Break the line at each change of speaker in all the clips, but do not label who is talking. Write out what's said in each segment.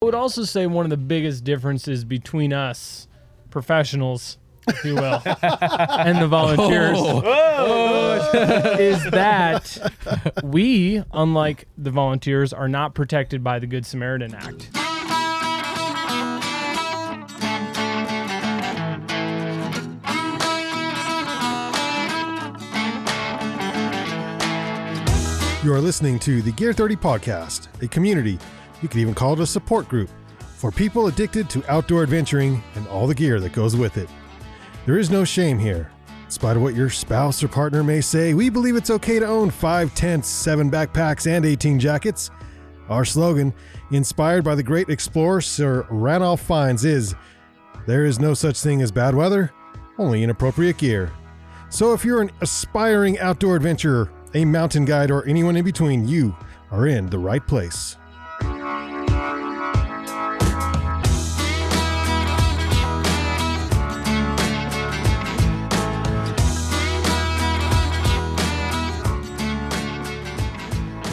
would also say one of the biggest differences between us professionals, if you will, and the volunteers is that we, unlike the volunteers, are not protected by the Good Samaritan Act.
You're listening to the Gear 30 Podcast, a community, you could even call it a support group, for people addicted to outdoor adventuring and all the gear that goes with it. There is no shame here. In spite of what your spouse or partner may say, we believe it's okay to own five tents, seven backpacks, and 18 jackets. Our slogan, inspired by the great explorer Sir Ranulph Fiennes, is There is no such thing as bad weather, only inappropriate gear. So if you're an aspiring outdoor adventurer, a mountain guide, or anyone in between, you are in the right place.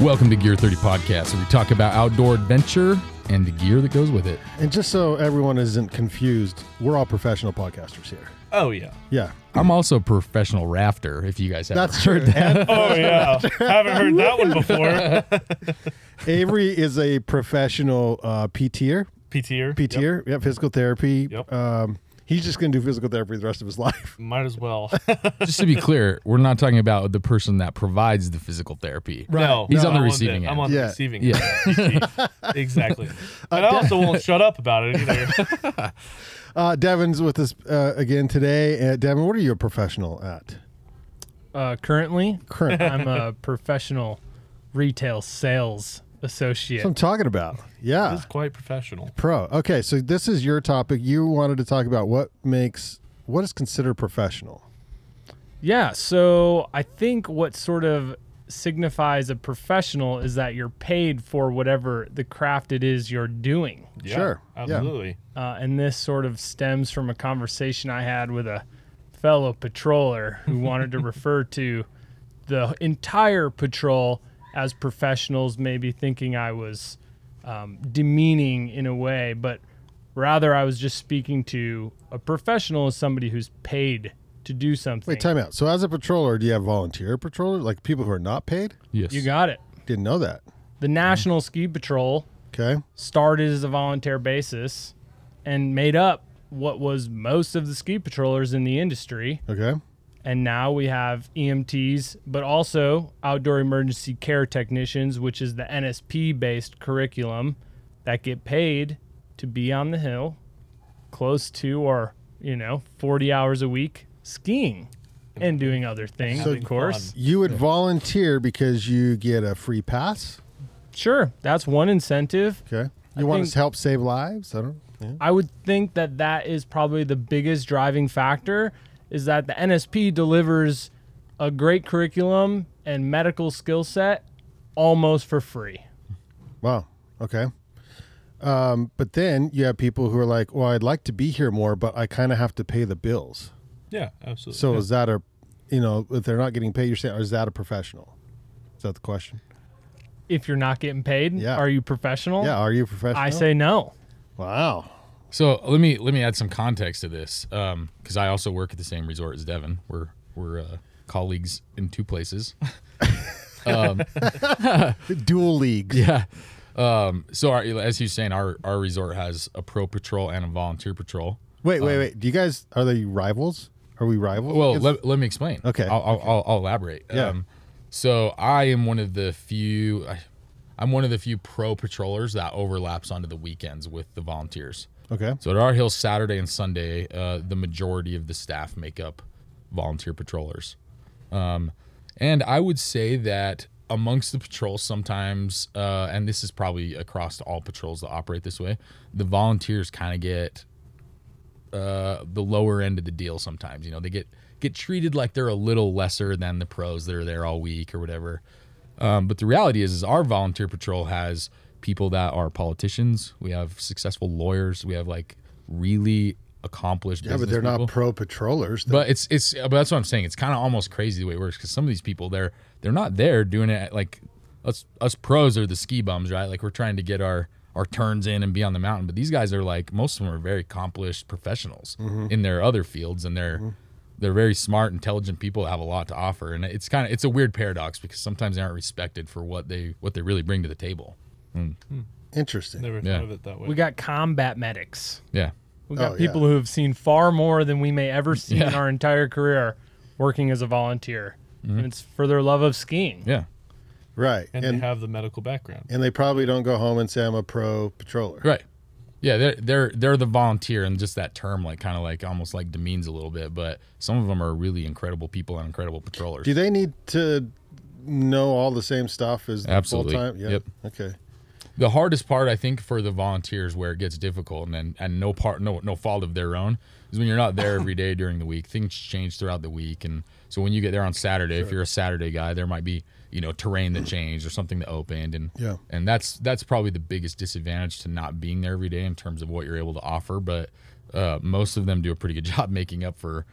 Welcome to Gear 30 Podcast, where we talk about outdoor adventure and the gear that goes with it.
And just so everyone isn't confused, we're all professional podcasters here.
Oh yeah.
Yeah,
I'm also a professional rafter, if you guys haven't
that's
heard
true. And
Oh yeah. Haven't heard that one before.
Avery is a professional uh, PTer,
PTR.
PTer, yeah, physical therapy.
Yep.
Um, he's just going to do physical therapy the rest of his life.
Might as well.
Just to be clear, we're not talking about the person that provides the physical therapy.
No,
He's
no,
on the
I'm
receiving
I'm
end.
on
Yeah.
the receiving end. Yeah. exactly. And I also won't shut up about it either.
Uh, Devin's with us uh, again today. Uh, Devin, what are you a professional at?
Uh, currently,
Current. That's
I'm a professional retail sales associate.
what I'm talking about. Yeah.
It's quite professional.
Pro. Okay, so this is your topic. You wanted to talk about what makes what is considered professional.
Yeah, so I think what sort of signifies a professional is that you're paid for whatever the craft it is you're doing.
Yeah,
Sure. Yeah.
Absolutely.
Uh, and this sort of stems from a conversation I had with a fellow patroller who wanted to refer to the entire patrol as professionals, maybe thinking I was um, demeaning in a way, but rather I was just speaking to a professional as somebody who's paid to do something.
Wait, time out. So as a patroller, do you have volunteer patroller, like people who are not paid?
Yes.
you got it.
Didn't know that.
The National Ski Patrol
Okay.
started as a volunteer basis and made up what was most of the ski patrollers in the industry.
Okay.
And now we have EMTs, but also outdoor emergency care technicians, which is the NSP based curriculum that get paid to be on the hill close to or, you know, 40 hours a week skiing and doing other things,
So-
of course.
You would volunteer because you get a free pass.
Sure, that's one incentive.
Okay. You want
think-
to help save lives? I don't. Yeah.
I would think that that is probably the biggest driving factor is that the NSP delivers a great curriculum and medical skill set almost for free.
Wow. Okay. Um, but then you have people who are like, "Well, I'd like to be here more, but I kind of have to pay the bills."
Yeah, absolutely.
So is that a, you know, if they're not getting paid, you're saying, is that a professional? Is that the question?
If you're not getting paid,
Yeah.
are you professional?
Yeah, are you a professional?
I say no.
wow.
So let me let me add some context to this, because I also work at the same resort as Devin. We're we're uh, colleagues in two places.
Dual leagues.
Yeah. Um, so our, as he's saying, our our resort has a pro patrol and a volunteer patrol.
Wait, wait, wait. Do you guys are they rivals? Are we rivals?
Well,
Because-
let, let me explain.
Okay.
I'll, I'll, I'll, I'll elaborate. Um,
Yeah.
so I am one of the few, I, I'm one of the few pro patrollers that overlaps onto the weekends with the volunteers.
okay.
So at our hill, Saturday and Sunday, uh, the majority of the staff make up volunteer patrollers. Um, and I would say that amongst the patrols, sometimes, uh, and this is probably across all patrols that operate this way, the volunteers kind of get uh, the lower end of the deal sometimes. You know, they get get treated like they're a little lesser than the pros that are there all week or whatever. Um, but the reality is, is our volunteer patrol has people that are politicians. We have successful lawyers. We have like really accomplished.
Yeah, but they're not
business
pro
people.
patrollers.
But it's it's but that's what I'm saying. It's kind of almost crazy the way it works because some of these people they're they're not there doing it at, like us us pros are the ski bums, right? Like we're trying to get our or turns in and be on the mountain. But these guys are like most of them are very accomplished professionals in their other fields, and they're they're very smart, intelligent people that have a lot to offer. And it's kind of it's a weird paradox because sometimes they aren't respected for what they what they really bring to the table.
Interesting.
Never
Yeah.
thought of it that way.
We got combat medics.
Yeah,
We got
Oh, yeah.
people who have seen far more than we may ever see in
Yeah. Mm-hmm.
our entire career working as a volunteer. And it's for their love of skiing.
yeah,
Right.
and,
And and,
they have the medical background.
they probably don't go home and say I'm a pro patroller.
right. Yeah, they're they're they're the volunteer, and just that term like kind of like almost like demeans a little bit. But some of them are really incredible people and incredible patrollers.
Do they need to know all the same stuff as the full
Absolutely.
time? Yeah.
Yep.
Okay.
the hardest part I think for the volunteers where it gets difficult and and, and no part no no fault of their own is when you're not there every day during the week. Things change throughout the week and so when you get there on Saturday, if you're a Saturday guy, there might be, you know, terrain that changed or something that opened and
Yeah.
and that's that's probably the biggest disadvantage to not being there every day in terms of what you're able to offer, but uh, most of them do a pretty good job making up for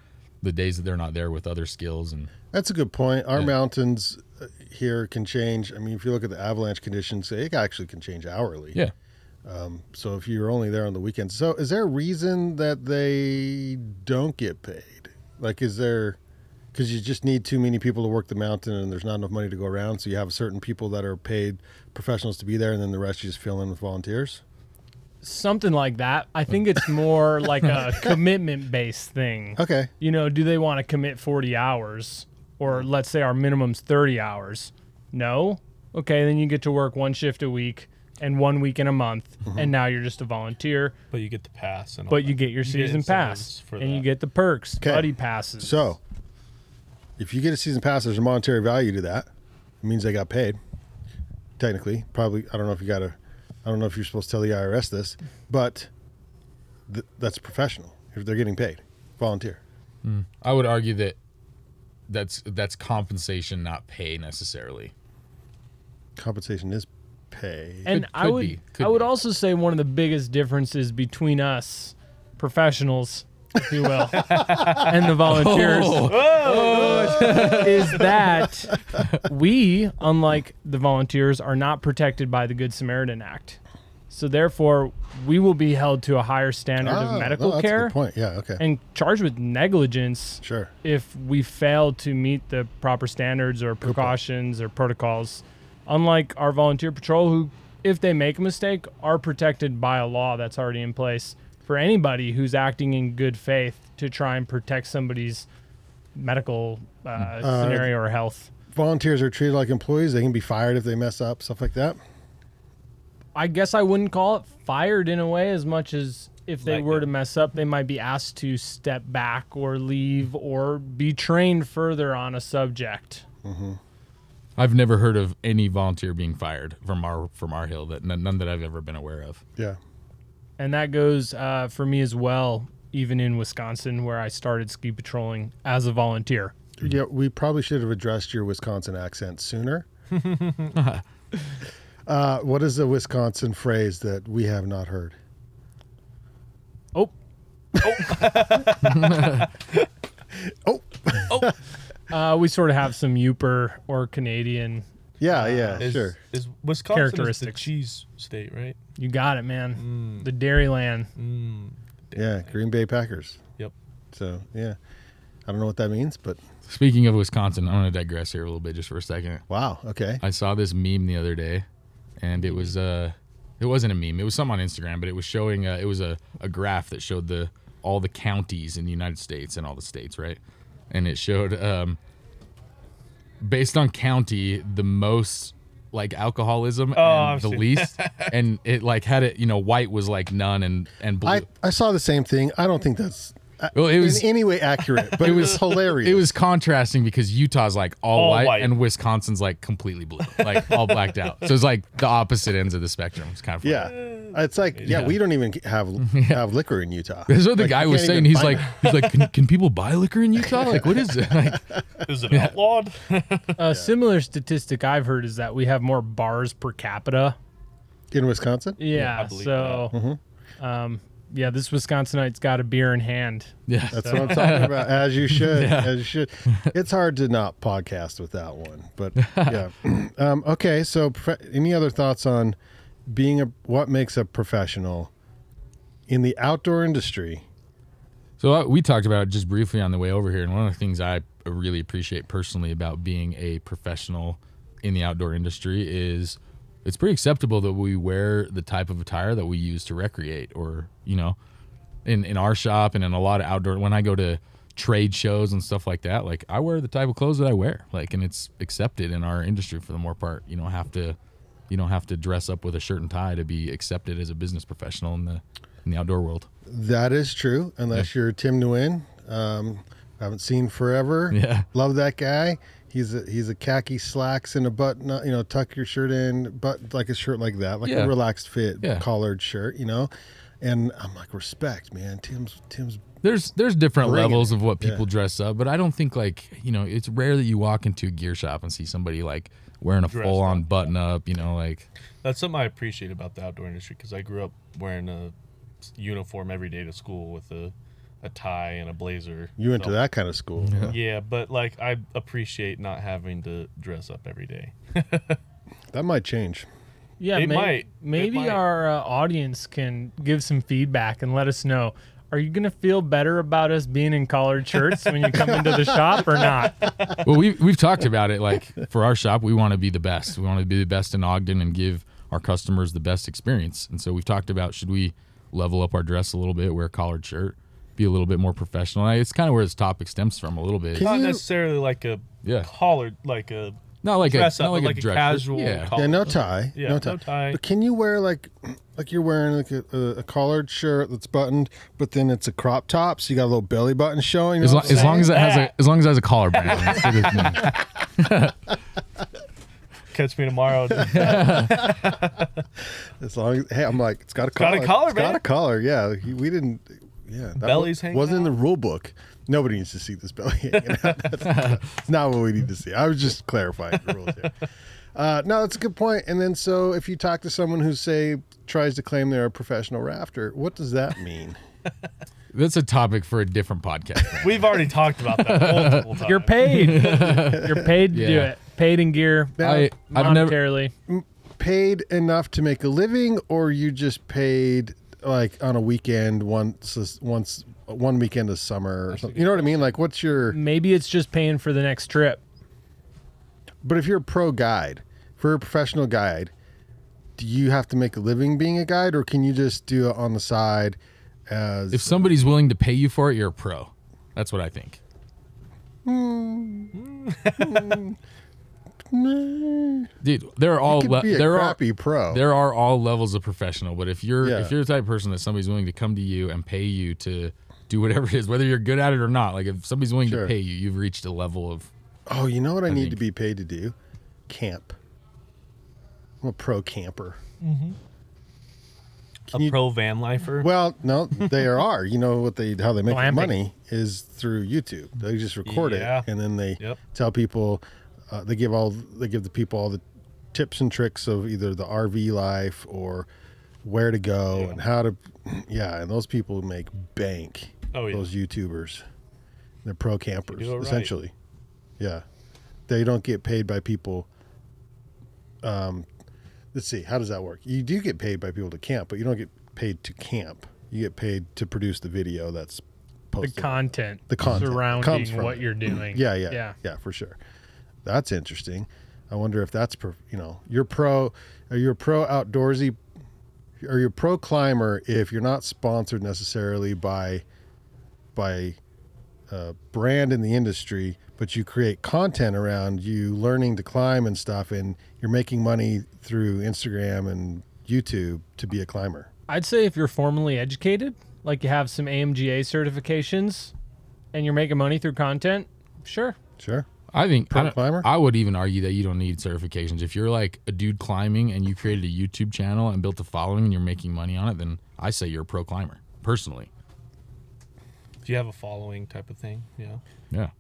the days that they're not there with other skills and
That's a good point. Our mountains uh, here can change. I mean, if you look at the avalanche conditions, it actually can change hourly. Um,
yeah.
So if you're only there on the weekends, so is there a reason that they don't get paid? Like, is there because you just need too many people to work the mountain, and there's not enough money to go around. So you have certain people that are paid professionals to be there, and then the rest you just fill in with volunteers.
Something like that. I think it's more like a commitment based thing.
Okay,
you know, do they want to commit 40 hours or let's say our minimum's 30 hours? No. Okay, then you get to work one shift a week and one week in a month
Mm-hmm.
and now you're just a volunteer,
But you get the pass and all
but
that.
you get your season pass
incentives for
and you
that.
get the perks,
'Kay.
buddy passes.
so if you get a season pass, there's a monetary value to that. It means they got paid. Technically, probably. I don't know if you got to. I don't know if you're supposed to tell the IRS this, but th- that's professional. If they're getting paid, volunteer.
I would argue that that's that's compensation, not pay necessarily.
compensation is pay.
and
Could-
I
could
would
be, could
I would
be.
also say one of the biggest differences between us professionals, if you will, and the volunteers is that we, unlike the volunteers, are not protected by the Good Samaritan Act. So therefore, we will be held to a higher standard
Ah,
of medical
no, that's A
care
good point. Yeah. Okay.
and charged with negligence
sure.
if we fail to meet the proper standards or precautions or protocols. Unlike our volunteer patrol, who, if they make a mistake, are protected by a law that's already in place for anybody who's acting in good faith to try and protect somebody's medical uh, scenario or health.
Volunteers are treated like employees. They can be fired if they mess up, stuff like that.
I guess I wouldn't call it fired in a way as much as if they
Like
were
that.
to mess up, they might be asked to step back or leave or be trained further on a subject.
I've never heard of any volunteer being fired from our from our hill that none none that I've ever been aware of.
Yeah.
and that goes uh, for me as well. Even in Wisconsin, where I started ski patrolling as a volunteer,
Yeah. We probably should have addressed your Wisconsin accent sooner. uh, what is a Wisconsin phrase that we have not heard?
oh,
Oh.
uh, we sort of have some Uper or Canadian.
Uh,
Yeah. Yeah.
Is,
sure.
Is Wisconsin is the
Characteristics.
cheese state, right?
You got it, man.
Mm.
The Dairyland.
Yeah. Green Bay Packers.
Yep.
So yeah. I don't know what that means, but
Speaking of Wisconsin, I'm going to digress here a little bit just for a second.
wow. Okay.
I saw this meme the other day, and it was uh, it wasn't a meme. It was something on Instagram, but it was showing uh, it was a, a graph that showed the all the counties in the United States and all the states, right? And it showed um, based on county the most like alcoholism
Oh,
and
I've
the
seen-
least, and it like had it you know white was like none and and blue.
I, I saw the same thing. I don't think that's uh,
well, it was
in any way accurate, but it was hilarious.
it was contrasting because Utah's like all,
All
white,
white.
and Wisconsin's like completely blue, like all blacked out. So it's like the opposite ends of the spectrum. It's kind of funny.
Yeah, it's like yeah, we don't even have have liquor in Utah.
That's what the
Like,
guy
you
was
can't
saying.
even
He's
find
like,
it.
he's like, can, can people buy liquor in Utah? Like, what is it? Like,
Is it outlawed?
A similar statistic I've heard is that we have more bars per capita.
in Wisconsin.
Yeah.
I believe
so, um, yeah, this Wisconsinites got a beer in hand.
yeah,
That's what I'm talking about. As you should, as you should. It's hard to not podcast with that one, but yeah. um, okay, so pre- any other thoughts on being a what makes a professional in the outdoor industry.
So uh, we talked about it just briefly on the way over here, and one of the things I really appreciate personally about being a professional in the outdoor industry is it's pretty acceptable that we wear the type of attire that we use to recreate, or you know, in in our shop and in a lot of outdoor. When I go to trade shows and stuff like that, like I wear the type of clothes that I wear, like, and it's accepted in our industry for the more part. You don't have to, you don't have to dress up with a shirt and tie to be accepted as a business professional in the in the outdoor world.
That is true, unless you're Tim Nguyen. Um, I haven't seen forever.
Yeah.
love that guy. He's a, he's a khaki slacks and a button. uh, You know, tuck your shirt in, but like a shirt like that, like
Yeah.
a relaxed fit
Yeah.
collared shirt. You know, and I'm like respect, man. Tim's Tim's
there's there's different
Bring it.
levels of what people dress up, but I don't think like you know it's rare that you walk into a gear shop and see somebody like wearing a
Dressed
full on button up, you know, like
That's something I appreciate about the outdoor industry because I grew up wearing a s- uniform every day to school with a, a tie and a blazer.
you went to
So-
that kind of school.
Yeah, but like I appreciate not having to dress up every day.
That might change.
Yeah,
It
may-
might. It
Maybe
might.
our uh, audience can give some feedback and let us know. Are you gonna feel better about us being in collared shirts when you come into the shop or not?
well, we we've talked about it. Like for our shop, we want to be the best. We want to be the best in Ogden and give our customers the best experience. And so we've talked about should we level up our dress a little bit, wear a collared shirt, be a little bit more professional. And It's kind of where this topic stems from a little bit.
Can
Not
you-
necessarily like a
Yeah.
collared, like a
Not like
dress
a
up,
not like,
but like a
dress shirt.
casual
Yeah.
collar.
Yeah, no tie.
Oh. Yeah,
no tie.
no tie.
But can you wear like, like you're wearing like a, a, a collared shirt that's buttoned, but then it's a crop top, so you got a little belly button showing. You
As,
know
lo-
what I'm
as long as it has
That.
a as long as it has a collar band. It's good with me.
catch me tomorrow.
saying? as long as hey, I'm like, it's got a
got
collar.
a collar,
It's got
man.
a collar. Yeah, He- we didn't. Yeah, that
Belly's
wa-
hanging
wasn't in the rule book. Nobody needs to see this belly hanging out. That's not- not what we need to see. I was just clarifying the rules here. Uh, no, that's a good point. And then, so if you talk to someone who say tries to claim they're a professional rafter, what does that mean?
That's a topic for a different podcast. man.
We've already talked about that multiple times.
You're paid. You're paid to do
Yeah.
it. Paid in gear.
I I've never
monetarily.
paid enough to make a living or you just paid like on a weekend once a- once one weekend of summer or something you know what i mean like what's your
Maybe it's just paying for the next trip.
but if you're a pro guide if you're a professional guide do you have to make a living being a guide or can you just do it on the side as
If somebody's willing to pay you for it, you're a pro. That's what I think.
Hmm. Mm,
Dude, there are all
could
le-
be a
oh, there are
crappy pro
there are all levels of professional, but if you're
Yeah.
if you're the type of person that somebody's willing to come to you and pay you to do whatever it is, whether you're good at it or not, like if somebody's willing
Sure.
to pay you, you've reached a level of
oh you know what i, need to
think-
be paid to do camp i'm a pro camper
a pro van lifer.
Well, no, they are. You know what they how they make their
Glamping.
money is through YouTube. They just record
Yeah.
it and then they
Yep.
tell people. Uh, they give all they give the people all the tips and tricks of either the RV life or where to go and how to. Yeah, and those people make bank.
Oh, yeah.
those YouTubers, they're pro campers
do it right.
essentially. Yeah, they don't get paid by people. Um, let's see, how does that work? You do get paid by people to camp, but you don't get paid to camp. You get paid to produce the video that's
The
posted.
content.
The content
surrounding
comes from
what
it.
you're doing.
yeah, yeah,
Yeah.
yeah, for sure. That's interesting. I wonder if that's pro, you know you're pro, are you a pro outdoorsy, are you a pro climber if you're not sponsored necessarily by, by, a brand in the industry, but you create content around you learning to climb and stuff, and you're making money through Instagram and YouTube to be a climber.
I'd say if you're formally educated, like you have some AMGA certifications and you're making money through content, sure.
Sure.
I think I, don't-
climber?
I would even argue that you don't need certifications. If you're like a dude climbing and you created a YouTube channel and built a following and you're making money on it, then I say you're a pro climber, personally.
If you have a following type of thing, yeah.
Yeah.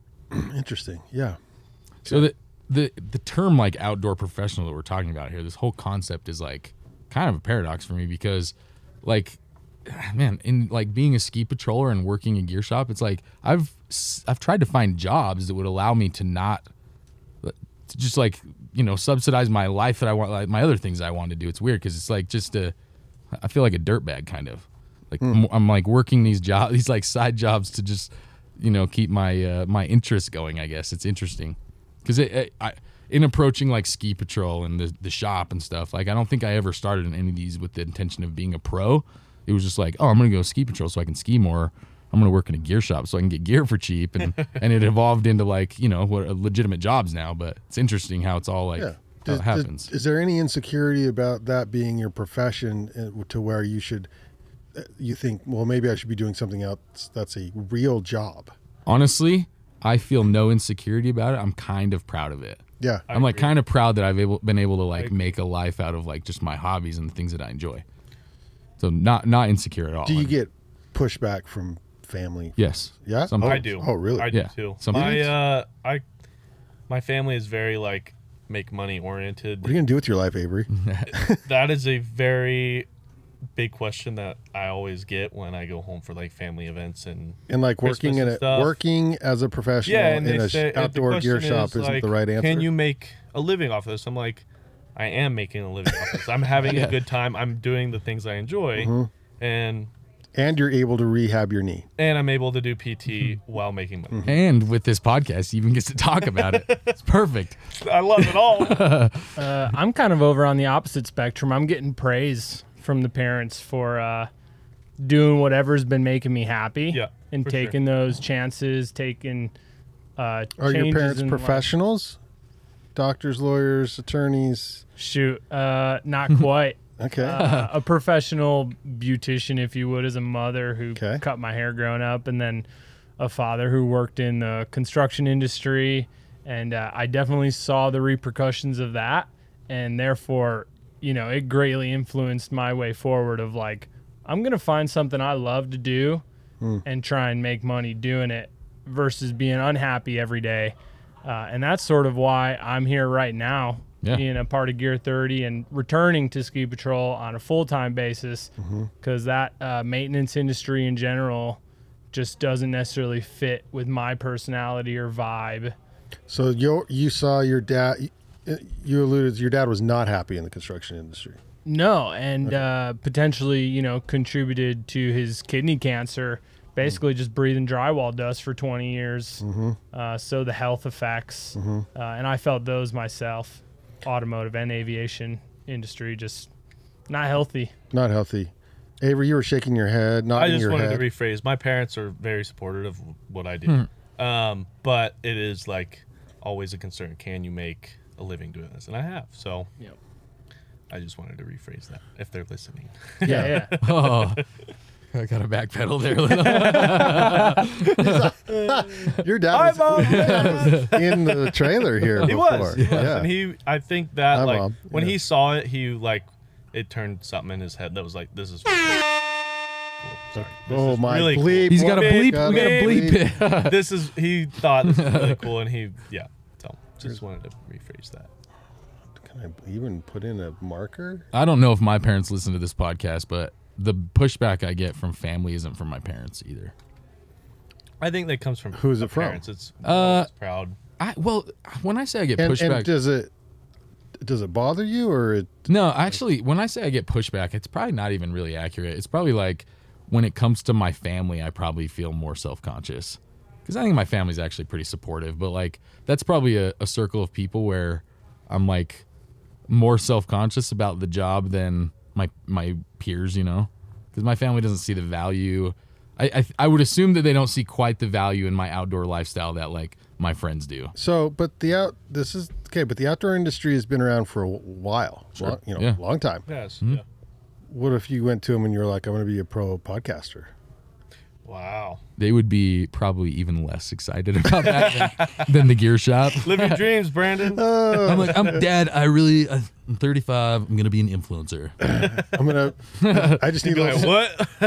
Interesting. Yeah.
So the the the term like outdoor professional that we're talking about here, this whole concept is like kind of a paradox for me because like man, in like being a ski patroller and working a gear shop, it's like I've s- I've tried to find jobs that would allow me to not to just like you know subsidize my life that I want, like my other things I want to do. It's weird because it's like just a, I feel like a dirtbag kind of, like
Hmm.
I'm, I'm like working these jobs, these like side jobs to just, you know, keep my uh, my interest going. I guess it's interesting because it, it I in approaching like ski patrol and the the shop and stuff. Like I don't think I ever started in any of these with the intention of being a pro. It was just like, oh, I'm gonna go ski patrol so I can ski more. I'm gonna work in a gear shop so I can get gear for cheap, and and it evolved into like you know what legitimate jobs now. But it's interesting how it's all like
Yeah.
how
Does-
it
does-
happens.
is there any insecurity about that being your profession uh, to where you should, uh, you think, well, maybe I should be doing something else that's a real job?
Honestly, I feel no insecurity about it. I'm kind of proud of it.
Yeah.
I am like kind of proud that I've able been able to like make a life out of like just my hobbies and the things that I enjoy. So not not insecure at all.
Do you
I'm-
get pushback from family?
yes?
Yeah?
Sometimes.
I do.
oh, really?
I do
Yeah.
too.
Sometimes.
My uh, I, my family is very like make money oriented.
What are you going to do with your life, Avery?
Mm-hmm. that is a very big question that I always get when I go home for like family events and
And like working
Christmas
in
and
a
stuff.
working as a professional
yeah, and
in
they
a sh-
say, uh,
outdoor
the
gear
question
shop
is,
is, not
like,
the right answer.
Can you make a living off this? I'm like, I am making a living off this. I'm having
Yeah.
a good time. I'm doing the things I enjoy,
Uh-huh.
and
and you're able to rehab your knee.
and I'm able to do PT while making money.
And with this podcast, he even gets to talk about it. It's perfect.
Hmm.
I love it all.
Uh, I'm kind of over on the opposite spectrum. I'm getting praise from the parents for uh, doing whatever's been making me happy.
Yeah,
And
for sure.
taking those chances, taking uh,
Are your
changes
parents
in life.
professionals? Doctors, lawyers, attorneys.
Shoot, uh, not quite.
Okay.
uh, a professional beautician, if you would, as a mother who
Okay.
cut my hair growing up, and then a father who worked in the construction industry. And uh, I definitely saw the repercussions of that. And therefore, you know, it greatly influenced my way forward of like, I'm going to find something I love to do and try and make money doing it versus being unhappy every day. Uh, and that's sort of why I'm here right now
Yeah.
in a part of Gear 30 and returning to Ski Patrol on a full time basis because that uh, maintenance industry in general just doesn't necessarily fit with my personality or vibe.
so you you saw your dad. You alluded. Your dad was not happy in the construction industry.
No, and uh, potentially, you know, contributed to his kidney cancer. Basically, just breathing drywall dust for 20 years.
Mm-hmm.
Uh, so the health effects, uh, and I felt those myself. Automotive and aviation industry just not healthy.
Not healthy. Avery, you were shaking your head,
I
nodding
just
your
wanted
head.
to rephrase. My parents are very supportive of what I do,
Hmm.
um, but it is like always a concern. Can you make a living doing this? And I have. So
Yep.
I just wanted to rephrase that if they're listening.
Yeah, yeah.
Oh, I got a backpedal there. a little.
your dad was in the trailer here.
he
before.
was. He was. And he, I think that
Hi,
like
Mom.
when
Yeah.
he saw it, he like it turned something in his head that was like, this is. Cool. Sorry. This
oh
is
my
really cool.
bleep!
He's got a bleep. We
Big,
got a
big-
bleep.
This is he thought this was really cool, and he yeah. So just wanted to rephrase that.
Can I even put in a marker?
I don't know if my parents listen to this podcast, but the pushback I get from family isn't from my parents either.
I think that comes from
Who's it
my
from?
Parents. It's we're
Uh,
always proud.
I well, when I say I get
And,
pushback,
and does it does it bother you or it
No, actually, when I say I get pushback, it's probably not even really accurate. It's probably like when it comes to my family, I probably feel more self conscious because I think my family's actually pretty supportive. But like, that's probably a, a circle of people where I'm like more self conscious about the job than my my peers, you know, because my family doesn't see the value. I, I I would assume that they don't see quite the value in my outdoor lifestyle that like my friends do.
So, but the out this is okay, but the outdoor industry has been around for a while, long, you know,
Yeah.
long time.
Yes. yeah.
What if you went to him and you were like, "I'm going to be a pro podcaster"?
Wow.
They would be probably even less excited about that than, than the gear shop.
Live your dreams, Brandon.
Uh,
I'm like, I'm dad. I really, I'm 35. I'm gonna be an influencer.
I'm gonna. I just need. a
Like,
little-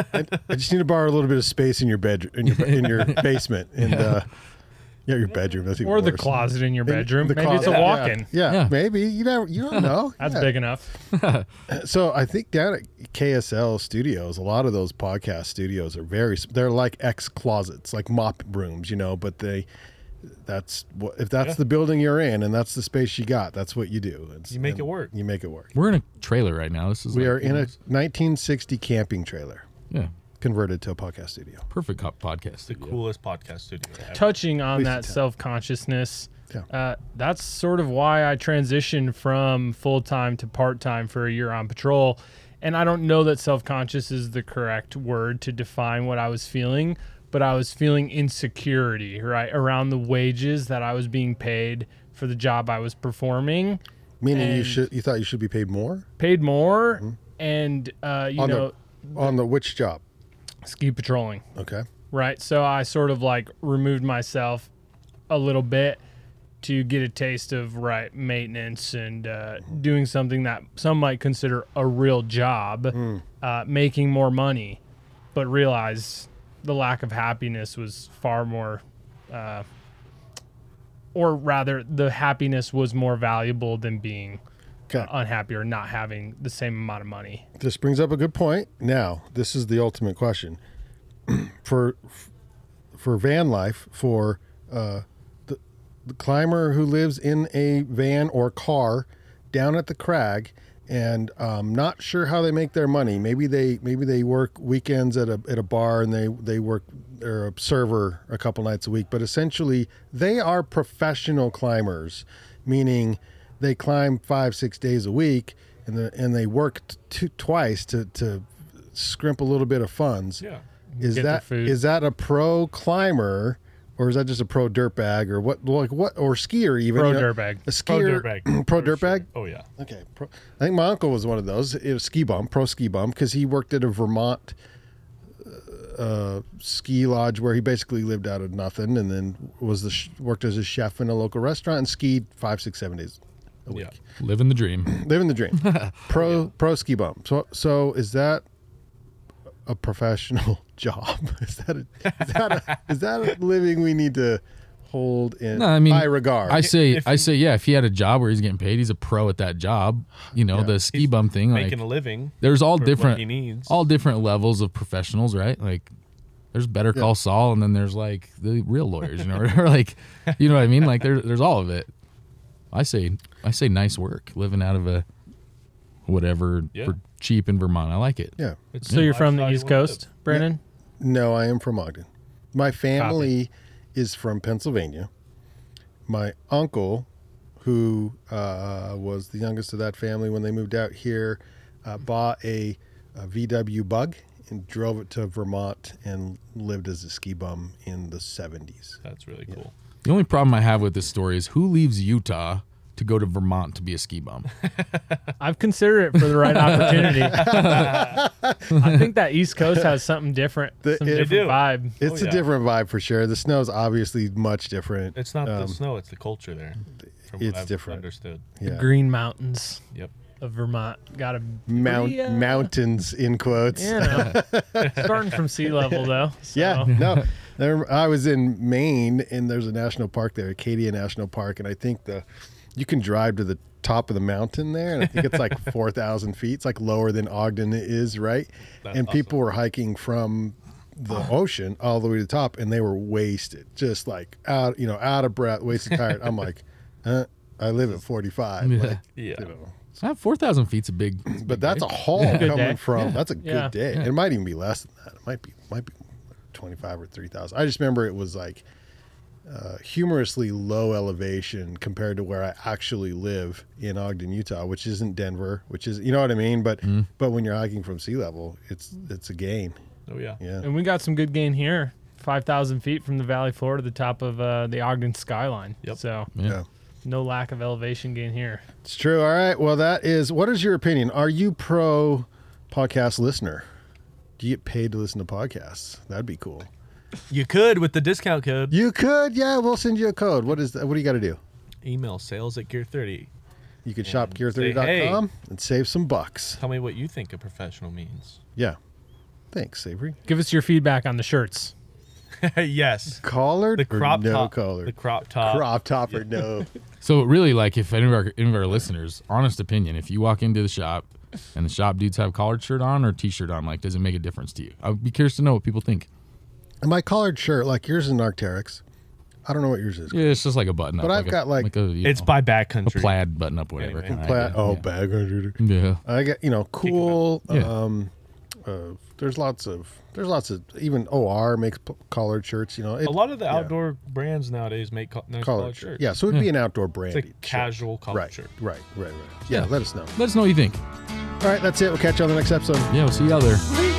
what?
I just need to borrow a little bit of space in your bedroom, in your in your basement, and uh, yeah, your bedroom. That's even
or the
worse.
closet in your
Maybe
bedroom.
the
Maybe it's a
closet, yeah.
walk-in.
Yeah,
Yeah.
maybe you never. You don't know.
That's
Yeah.
big enough.
So I think down at KSL Studios, a lot of those podcast studios are very. They're like ex closets, like mop rooms, you know. But they that's what if that's the building you're in and that's the space you got. That's what you do. It's-
You make
and
it work.
You make it work.
We're in a trailer right now. This is
We
like-
are in a 1960 camping trailer
yeah
converted to a podcast studio.
perfect cop podcast.
The
studio.
coolest podcast studio ever.
touching on
Please
that
tell.
self consciousness,
Yeah.
uh, that's sort of why I transitioned from full time to part time for a year on patrol. And I don't know that self conscious is the correct word to define what I was feeling, but I was feeling insecurity, right, around the wages that I was being paid for the job I was performing.
Meaning you
And-
should you thought you should be paid more
Paid more, and, uh, you
Mm-hmm. on
know,
the on the which job?
ski patrolling.
Okay.
right? So I sort of like removed myself a little bit to get a taste of right maintenance and uh, doing something that some might consider a real job,
Hmm.
uh, making more money, but realize the lack of happiness was far more. Uh, or rather, the happiness was more valuable than being
Okay.
unhappy or not having the same amount of money.
this brings up a good point. Now, this is the ultimate question for for van life for uh, the, the climber who lives in a van or car down at the crag and um, not sure how they make their money. Maybe they maybe they work weekends at a at a bar and they they work they're a server a couple nights a week, but essentially they are professional climbers, meaning they climb five six days a week and the, and they work t- twice to to scrimp a little bit of funds
Yeah.
is
Get their
that
food.
is that a pro climber or is that just a pro dirtbag or what like what or skier even
Pro
you know?
dirtbag.
a skier
dirtbag,
pro
for sure.
dirtbag
Oh yeah.
okay pro, I think my uncle was one of those it was ski bum pro ski bum because he worked at a Vermont uh, ski lodge where he basically lived out of nothing and then was the sh- worked as a chef in a local restaurant and skied five six seven days a week
Yeah.
Living the dream.
living the dream pro pro ski bum so so is that a professional job is that a, is that a, is that a living we need to hold in
No, I mean,
high regard
I say,
if
I
you-
say, yeah. If he had a job where he's getting paid, he's a pro at that job. You know, the ski bum thing. Like,
Making a living.
there's all
what
different,
he needs.
all different levels of professionals, right? Like, there's Better Call Saul, and then there's like the real lawyers, you know, or like, you know what I mean? Like, there's there's all of it. I say, I say, nice work, living out of a whatever
Yeah.
for cheap in Vermont. I like it.
yeah
It's
So you're from the
lifestyle you
East
wanna live.
Coast, Brandon?
no i am from ogden my family is from pennsylvania my uncle who uh, was the youngest of that family when they moved out here uh, bought a, a vw bug and drove it to vermont and lived as a ski bum in the 70s
That's really cool.
The only problem I have with this story is who leaves Utah to go to Vermont to be a ski bum.
I've considered it for the right opportunity. I think that East Coast has something different,
The-
some
it- They
different vibe.
do.
It's
Oh,
a
yeah.
different vibe for sure. The snow's obviously much different.
It's not
Um,
the snow; it's the culture there. From
it's different.
Understood.
The
yeah.
Green Mountains
Yep.
of Vermont. Got a
Mount
pretty, uh,
mountains in quotes.
You
Yeah,
know, starting from sea level though. so-
no. There, I was in Maine, and there's a national park there, Acadia National Park, and I think the you can drive to the top of the mountain there, and I think it's like four thousand feet. It's like lower than Ogden is, right?
That's Oh.
and people were hiking from the ocean all the way to the top, and they were wasted, just like out, you know, out of breath, wasted, tired. I'm like, huh? I live at 45. Like,
Yeah.
you know.
Ah, four thousand feet's a big, it's a big
But that's a
day.
haul coming
day.
from. That's a
Yeah.
good day. It might even be less than that. It might be might be twenty five or three thousand. I just remember it was like uh, humorously low elevation compared to where I actually live in Ogden, Utah, which isn't Denver, which is you know what I mean. But
Mm-hmm.
but when you're hiking from sea level, it's it's a gain.
Oh yeah.
Yeah.
And we got some good gain here. Five thousand feet from the valley floor to the top of uh, the Ogden skyline.
Yep.
So
yeah.
no lack of elevation gain here.
It's true. All right. Well, that is. What is your opinion? Are you pro podcast listener? Do you get paid to listen to podcasts? That'd be cool.
You could with the discount code.
You could, yeah. We'll send you a code. What is that? What do you got to do?
Email sales at Gear Thirty.
You could shop
And say,
gear30.com and save some bucks.
Tell me what you think a professional means.
Yeah. Thanks, Savory.
Give us your feedback on the shirts.
yes.
Collared
The crop
or no
top.
collared?
The crop top.
crop top or no?
So really, like if any of our any of our listeners, honest opinion, if you walk into the shop and the shop dudes have collared shirt on or t-shirt on, like does it make a difference to you? I'd be curious to know what people think.
My collared shirt, like yours in Arcteryx, I don't know what yours is.
Yeah, it's just like a button up.
But I've
a-
got, like-
a, you
It's
know,
by
a
backcountry.
plaid button up, whatever.
Anyway.
I
Pla-
guess,
oh,
yeah.
bag.
Yeah.
I get you know cool.
Yeah.
Um, uh, there's lots of there's lots of even OR makes p- collared shirts. You know, it,
A lot of the
yeah,
outdoor brands nowadays make co- nice
collared,
collared
shirt.
shirts.
Yeah, so it'd be
Hmm.
an outdoor brand.
It's like casual collared
right,
shirt.
right, right, right. Yeah,
Yeah.
let us know.
Let us know what you think.
All right, that's it. We'll catch you on the next episode.
Yeah, we'll see you out there.
Bye.